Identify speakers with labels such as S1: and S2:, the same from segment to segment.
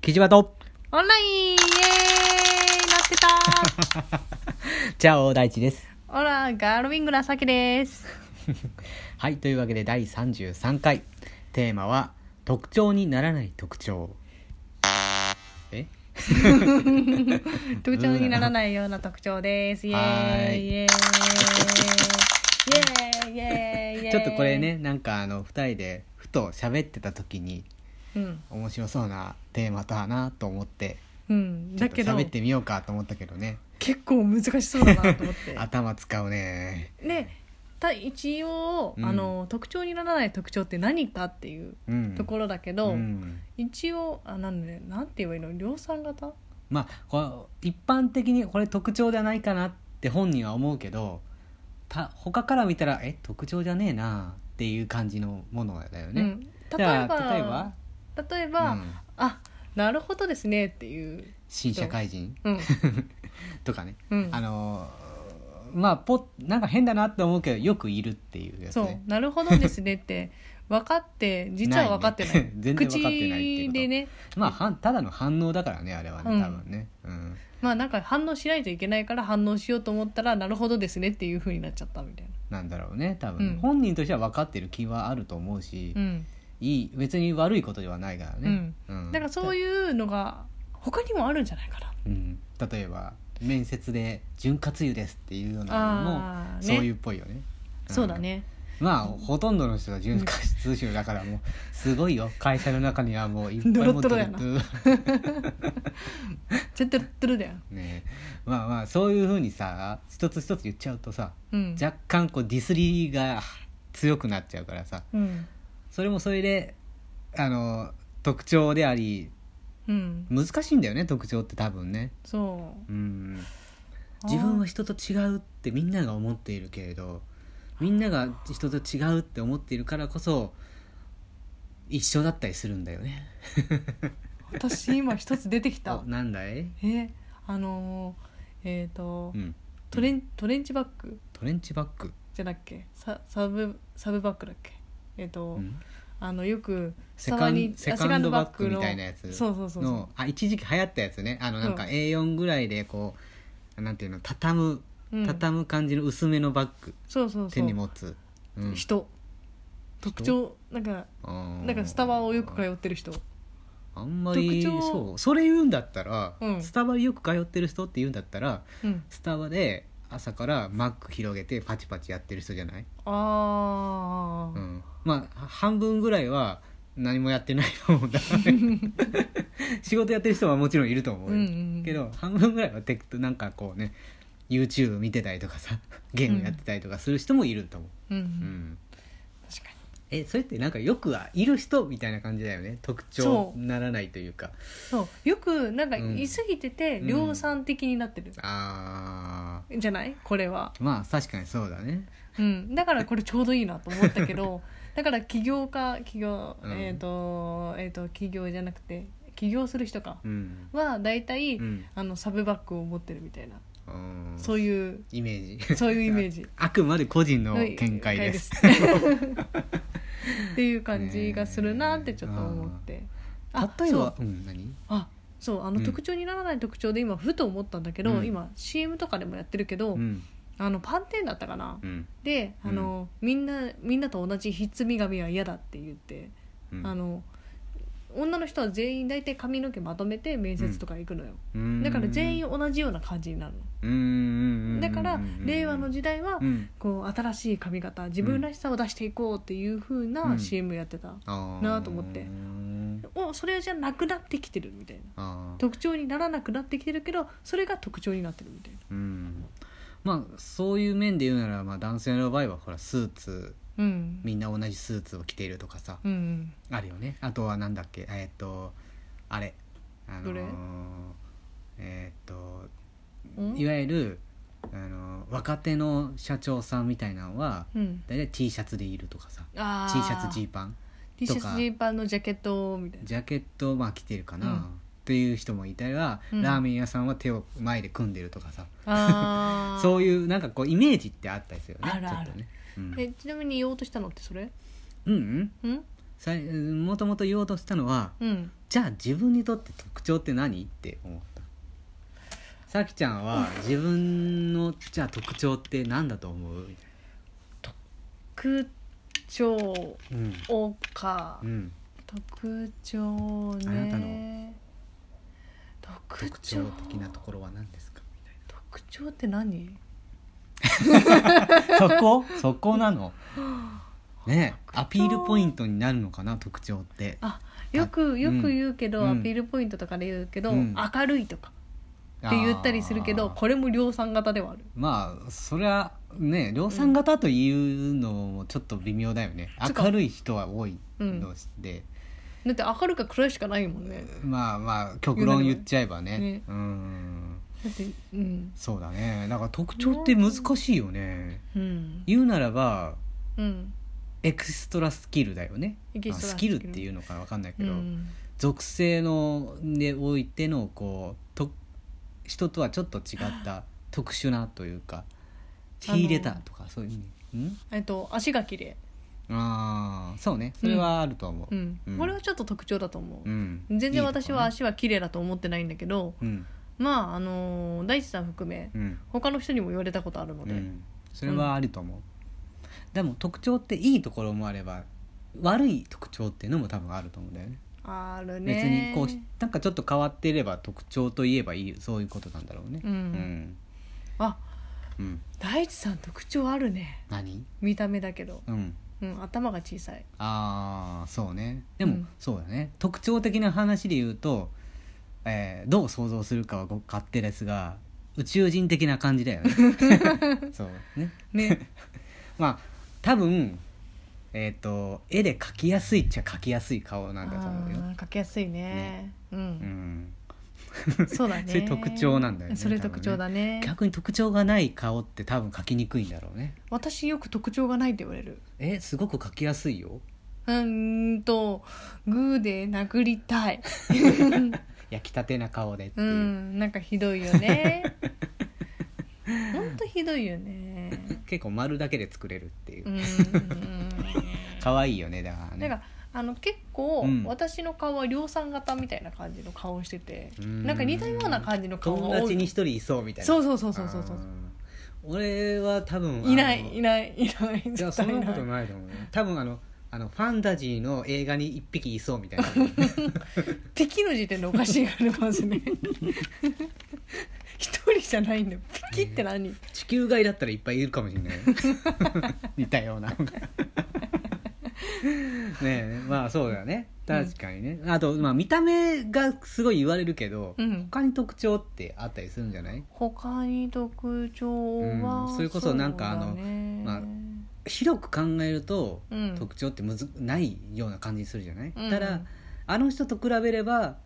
S1: キジバト
S2: オンラインイエーイなって た
S1: チャオ大地です。
S2: オラガールウィングなさきです
S1: はい、というわけで第33回。テーマは、特徴にならない特徴。え
S2: 特徴にならないような特徴ですイエ
S1: は
S2: ー
S1: ーい
S2: イイエーイイエーイイエーイイエーイ
S1: ちょっとこれね、なんかあの、二人でふと喋ってた時に、
S2: うん
S1: 面白そうなテーマだなと思って、
S2: うん
S1: ちょ
S2: だ
S1: っと
S2: けど
S1: 喋ってみようかと思ったけどね。
S2: 結構難しそうだなと思 って
S1: 頭使うね。
S2: でた一応、
S1: うん
S2: あの特徴にならない特徴って何かっていう
S1: うん。
S2: ところだけど、
S1: うん
S2: 一応あなんで、なんて言えばいいの量産型
S1: まあこう一般的にこれ特徴じゃないかなって本人は思うけどた他から見たらえ特徴じゃねえなっていう感じのものだよね。
S2: うん、例え
S1: じゃ
S2: ば
S1: あ例えば、
S2: 例えば
S1: うん
S2: あなるほどですねっていう、
S1: 新社会人
S2: うん
S1: とかね、
S2: うん
S1: あのーまあポなんか変だなって思うけどよくいるっていうやつ
S2: そう
S1: ね。
S2: なるほどですねって分かって実は分かってない
S1: ないね全然分かってないっていうこ
S2: 口
S1: と
S2: でね
S1: まあはんただの反応だからねあれは
S2: う
S1: ね
S2: ん
S1: 多分ね。うん
S2: まあなんか反応しないといけないから反応しようと思ったらなるほどですねっていうふうになっちゃったみたい
S1: なんだろうね多分ね、
S2: うん
S1: 本人としては分かってる気はあると思うし、
S2: な、うん、
S1: いい別に悪いことではないからね、うん
S2: だからそういうのが他にもあるんじゃないかな
S1: うん、例えば面接で「潤滑油です」っていうような
S2: あ
S1: のも
S2: ーね
S1: そういうっぽいよね。ん
S2: そうだね
S1: まあほとんどの人が潤滑油だから もうすごいよ会社の中にはもういっぱい持って
S2: ドロ
S1: る
S2: ッドロ絶対ドゥルだよ、
S1: ねまあまあそういうふうにさ一つ一つ言っちゃうとさ
S2: うん
S1: 若干こうディスりが強くなっちゃうからさ
S2: うん
S1: それもそれであの特徴であり
S2: うん
S1: 難しいんだよね特徴って多分ね。
S2: そう
S1: うん
S2: あー
S1: 自分は人と違うってみんなが思っているけれどみんなが人と違うって思っているからこそ一緒だったりするんだよね。
S2: 私今一つ出てき た
S1: おなんだい、
S2: えあのーえっ、と、
S1: うん、
S2: トレントレンチバッグ
S1: トレンチバッグ、
S2: じゃなっけササブサブバッグだっけえっ、と、
S1: うん
S2: あのよく
S1: セカン
S2: あ
S1: セカンドバッグみたいなやつ
S2: そうそうそうそう
S1: のあ一時期流行ったやつねあのなんか
S2: うん
S1: A4 ぐらいでこうなんていうの畳む
S2: うん
S1: 畳む感じの薄めのバッグ、
S2: そうそうそう
S1: 手に持つ、うん
S2: 人特徴なんか
S1: あー
S2: なんかスタバをよく通ってる人
S1: あんまり
S2: 特徴
S1: そうそれ言うんだったら、
S2: うん
S1: スタバよく通ってる人って言うんだったら
S2: うん
S1: スタバで朝からマック広げてパチパチやってる人じゃない、う
S2: ああ、
S1: ん、まあは半分ぐらいは何もやってないと思うんだね 仕事やってる人はもちろんいると思うよ、
S2: うんうんうん
S1: けど半分ぐらいはテクなんかこうね YouTube 見てたりとかさゲームやってたりとかする人もいると思
S2: うんう、
S1: う、うんん
S2: 確かに
S1: えそれってなんかよくはいる人みたいな感じだよね特徴
S2: そう
S1: ならないというか
S2: そうよくなんか
S1: うん
S2: 言い過ぎてて、
S1: うん
S2: 量産的になってる、
S1: あ
S2: じゃないこれは、
S1: ーまあ確かにそうだね
S2: うん、だからこれちょうどいいなと思った けどだから起業家起業、
S1: うん
S2: えっ、とえっ、と起業じゃなくて起業する人か
S1: うん、
S2: は大体、
S1: うん
S2: あのサブバッグを持ってるみたいな、
S1: うん
S2: そういう
S1: イメージ
S2: そういうイメージ
S1: あくまで個人の見解 です。
S2: 見解ですっていう感じがするなってちょっと思って、あ
S1: 例え
S2: そ
S1: ば
S2: う、
S1: うん、何
S2: あそうあ
S1: う
S2: の
S1: ん
S2: 特徴にならない特徴で今ふと思ったんだけど、
S1: うん
S2: 今 CM とかでもやってるけど、
S1: うん、
S2: あのパンテンだったかな、
S1: うん、
S2: であの、みんなみんなと同じひっつみ髪は嫌だって言って、
S1: うん
S2: あの女の人は全員大体髪の毛まとめて面接とか行くのよ、だから全員同じような感じになるの、
S1: 員
S2: だから令和の時代は、
S1: うん、
S2: こう新しい髪型自分らしさを出していこうっていう風
S1: う
S2: なん CM やってた、
S1: あー
S2: なあと思っておそれじゃなくなってきてるみたいな
S1: あー
S2: 特徴にならなくなってきてるけどそれが特徴になってるみたい
S1: うん、まあそういう面で言うなら、まあ、男性の場合はほらスーツ
S2: なうん
S1: みんな同じスーツを着ているとかさ
S2: うん
S1: あるよねあとはなんだっけえーっとあれあの
S2: どれ
S1: ーえーっと
S2: うん
S1: いわゆるあの若手の社長さんみたいなのは
S2: うん
S1: 大体 T シャツでいるとかさ
S2: あ
S1: T シャツジ
S2: ー
S1: ーパン
S2: T シャツジーパンのジャケットみたいな
S1: ジャケットをまあ着てるかな、
S2: うん
S1: っていう人もいたりは、
S2: うん
S1: ラーメン屋さんは手を前で組んでるとかさ
S2: あー
S1: そういうなんかこうイメージってあったりするよね
S2: あるある
S1: ちょっとね、うん、
S2: えちなみに言おうとしたのってそれ
S1: うんうん
S2: うん
S1: さいもともと言おうとしたのは
S2: うん
S1: じゃあ自分にとって特徴って何って思ったさきちゃんは自分のじゃあ特徴って何だと思うみたい
S2: 特徴
S1: なうん
S2: をか、
S1: うん
S2: 特徴ね
S1: あなたの
S2: 特徴
S1: 特徴的なところは何ですかみ
S2: 特徴って何
S1: たいなそこそこなのねえアピールポイントになるのかな特徴って
S2: あよくよく言うけど、
S1: うん
S2: アピールポイントとかで言うけど、
S1: うん
S2: 明るいとかって言ったりするけど
S1: あー
S2: これも量産型ではある
S1: まあそれはね量産型というのもちょっと微妙だよね、
S2: つうか
S1: 明るい人は多いので、
S2: だって明るか暗いしかないもんね
S1: まあまあ極論言っちゃえばね
S2: ね
S1: うん
S2: だってうん
S1: そうだねだから特徴って難しいよね
S2: うん
S1: 言うならば
S2: うん
S1: エクストラスキルだよね
S2: エキ
S1: まあ
S2: ストラ
S1: スキルっていうのか分かんないけど、
S2: うん
S1: 属性のでおいてのこうと人とはちょっと違った特殊なというか
S2: あの
S1: 秀でたとかそういう意味ん
S2: えっと足が綺麗
S1: ああそうねそれはあると思う
S2: う、
S1: うん
S2: これはちょっと特徴だと思う、
S1: ん
S2: 全然私は
S1: 足
S2: 足は綺麗だと思ってないんだけど
S1: うん
S2: まああのー大地さん含め
S1: うん
S2: 他の人にも言われたことあるの
S1: う
S2: で、
S1: んそれはあると思うでも特徴っていいところもあれば悪い特徴っていうのも多分あると思うんだよね
S2: あるね
S1: 別にこうなんかちょっと変わっていれば特徴といえばいいそういうことなんだろうね
S2: うん
S1: うん
S2: あ
S1: うん
S2: 大地さん特徴あるね
S1: 何
S2: 見た目だけど、
S1: うん
S2: うん、頭が小さい
S1: ああそうねでも、
S2: うん
S1: そうだね特徴的な話で言うと、えーどう想像するかはご勝手ですが宇宙人的な感じ だよねそうね
S2: ね
S1: まあ多分えっ、と絵で描きやすいっちゃ描きやすい顔 なんだと思うよ
S2: あ、ー描きやすいねう、
S1: うんん、
S2: そうだね
S1: それ特徴なんだよね
S2: それ特徴だね
S1: 逆に特徴がない顔って多分描きにくいんだろうね
S2: 私よく特徴がないって言われる
S1: えすごく描きやすいよ
S2: うーんとグーで殴りた い
S1: 焼きたてな顔でって
S2: う
S1: いう、
S2: んなんかひどいよね ほんとひどいよね
S1: 結構丸だけで作れるっていう
S2: うん
S1: 可愛、いよねだからね
S2: なんかあの結構、
S1: うん
S2: 私の顔は量産型みたいな感じの顔をしてて
S1: うん
S2: なんか似たような感じの顔が
S1: 友
S2: 多
S1: 達に
S2: い
S1: 一人いそうみたいな
S2: そうそうそうそうそうそう
S1: あー俺は多分
S2: いな
S1: あの
S2: いいないいない
S1: いやそ
S2: 絶対
S1: んな
S2: いな
S1: こと
S2: い
S1: ないと思うよ多分あのあのファンタジーの映画に一匹いそうみたいな
S2: ピキの時点でおかしいからねまずね一人じゃないんだよピキって何、
S1: 地球外だったらいっぱいいるかもしれ ないよ似たようなのがねえまあそうだよね確かにね、あと、まあ、見た目がすごい言われるけど、
S2: うん
S1: 他に特徴ってあったりするんじゃない
S2: 他に特徴は、
S1: うんそれこそなんかあの
S2: そうだね
S1: まあ広く考えると
S2: うん
S1: 特徴ってむずないような感じにするじゃない、
S2: うん
S1: ただあの人と比べれば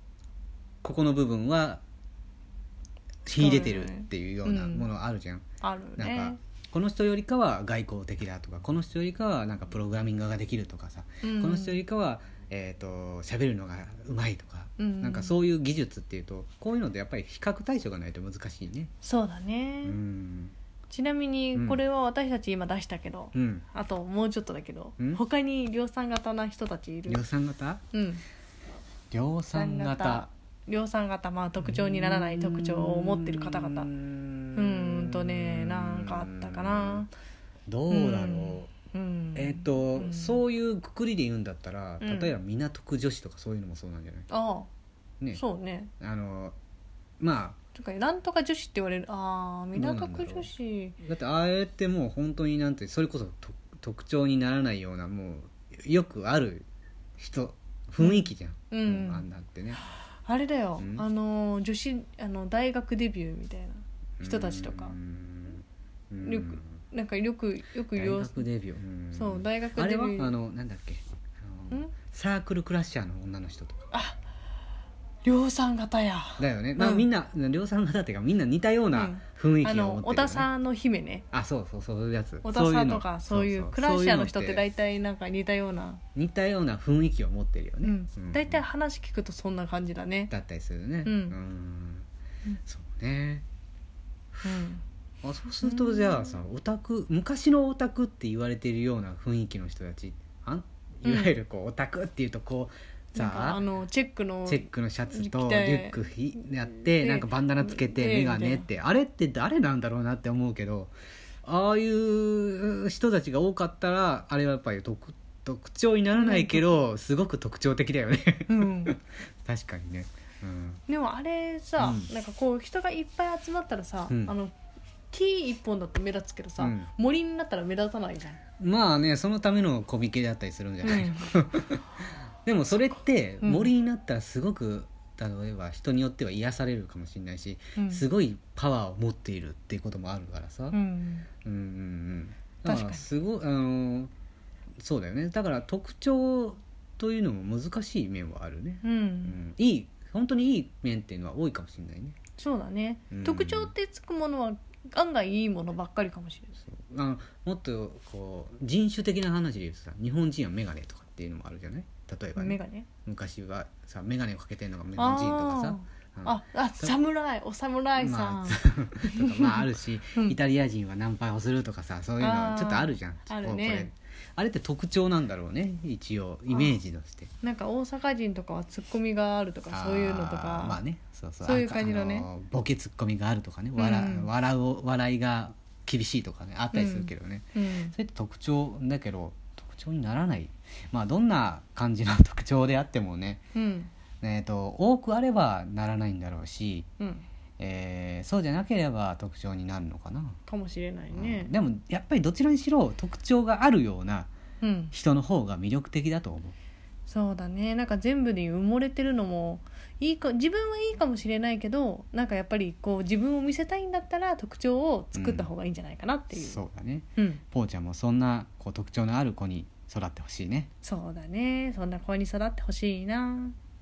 S1: ここの部分は秀でてるっていうようなものあるじゃん、
S2: ある
S1: なんか、
S2: ね
S1: この人よりかは外交的だとかこの人よりかはなんかプログラミングができるとかさ、
S2: うん
S1: この人よりかはえっ、と喋るのがうまいとか、
S2: うん
S1: なんかそういう技術っていうとこういうのでやっぱり比較対象がないと難しいね
S2: そうだね
S1: う、ん
S2: ちなみにこれは私たち今出したけど、
S1: うん
S2: あともうちょっとだけど、
S1: うん
S2: 他に量産型な人たちいる
S1: 量産型
S2: うん
S1: 量産型
S2: 量産型まあ特徴にならない特徴を持ってる方々
S1: うー
S2: うんーんとねなんかあったかな
S1: どうだろう、
S2: うん
S1: えっ、と、
S2: うん
S1: そういうくくりで言うんだったら
S2: うん
S1: 例えば港区女子とかそういうのもそうなんじゃない、
S2: ああ
S1: ね
S2: そうね
S1: あのまあ
S2: とかなんとか女子って言われるああ港
S1: どうなんだ
S2: 区
S1: ろう
S2: 女子
S1: だってあれってもう本当になんてそれこそと特徴にならないようなもうよくある人雰囲気じゃん、
S2: うん
S1: もあんなってね
S2: あれだよ、
S1: うん
S2: あの女子あの大学デビューみたいな人たちとか
S1: うんうん
S2: よくなんかよくよく
S1: 大
S2: よ
S1: 学デビューん
S2: そう大学デビュー
S1: あれはあのなんだっけあの
S2: ん
S1: サークルクラッシャーの女の人とか
S2: 量産型や
S1: だよね、まあ
S2: うん
S1: みんな量産型っていうかみんな似たような雰囲気を持
S2: あ
S1: ってるよね、
S2: の小田さんの姫ね
S1: あそうそうそういうやつ
S2: 小田さんとかそういうクラッシャーの人って
S1: 大
S2: 大体なんか似たような
S1: 似たような雰囲気を持ってるよ
S2: う
S1: ね
S2: ん
S1: うん
S2: 大体、話聞くとそんな感じだね、
S1: だったりするね
S2: うん
S1: んそうね
S2: うん、
S1: あそうするとじゃあさオタク昔のオタクって言われてるような雰囲気の人たちあんいわゆるこうオタクっていうとこう
S2: なんか
S1: さ
S2: あのチェックの
S1: チェックのシャツとリ
S2: 着て
S1: ュックひやって
S2: で
S1: なんかバンダナつけて
S2: で
S1: 眼鏡ってあれって誰なんだろうなって思うけどああいう人たちが多かったらあれはやっぱり特特徴にならないけどすごく特徴的だよね
S2: うん、
S1: 確かにね、うん、
S2: でもあれさ、
S1: うん
S2: なんかこう人がいっぱい集まったらさ、
S1: うん
S2: あの木一本だと目立つけどさ、
S1: うん
S2: 森になったら目立たないじゃん、
S1: まあねそのためのコミケだったりするんじゃ
S2: う
S1: ない、
S2: ん
S1: でもそれって
S2: うん
S1: 森になったらすごく例えば人によっては癒されるかもしれないし、
S2: うん
S1: すごいパワーを持っているっていうこともあるからさ、
S2: う
S1: う
S2: ん
S1: んうんうんだ
S2: 確かに
S1: からすごいあのそうだよねだから特徴というのも難しい面はあるね、
S2: う、
S1: うんん、いい本当にいい面っていうのは多いかもしれないね
S2: そうだね、
S1: うん
S2: 特徴ってつくものは案外いいものばっかりかもしれない
S1: そうあのもっとこう人種的な話で言うとさ日本人は眼鏡とかっていうのもあるじゃない例えば、
S2: 眼
S1: ね、
S2: 鏡
S1: 昔はさ眼鏡をかけてるのが日
S2: あ
S1: 本人とかさ
S2: ー
S1: うん
S2: ああ侍お侍さん、
S1: まあ、 とかまああるし、
S2: うん
S1: イタリア人はナンパをするとかさそういう
S2: あ
S1: の
S2: ー
S1: ちょっとあるじゃん
S2: あるね
S1: こうこれあれって特徴なんだろうね一応イメージとして
S2: なんか大阪人とかはツッコミがあるとかそういうのと
S1: あ
S2: か
S1: ーまあねそうそう
S2: そういう感じのね
S1: あのボケツッコミがあるとかね笑,、
S2: うん
S1: 笑う笑いが厳しいとかねあったりするけどね、
S2: うん
S1: それって特徴だけど特徴にならないまあどんな感じの特徴であってもね、
S2: うん
S1: えー、と多くあればならないんだろうし、
S2: うん
S1: えーそうじゃなければ特徴になるのかな。
S2: かもしれない
S1: うん
S2: ね
S1: でもやっぱりどちらにしろ特徴があるような
S2: うん、
S1: 人の方が魅力的だと思う
S2: そうだねなんか全部に埋もれてるのもいいか自分はいいかもしれないけどなんかやっぱりこう自分を見せたいんだったら特徴を作った方がいいんじゃないかなっていう、
S1: そうだね
S2: うん、
S1: ぽーちゃんもそんなこう特徴のある子に育ってほしいね
S2: そうだねそんな声に育ってほしいな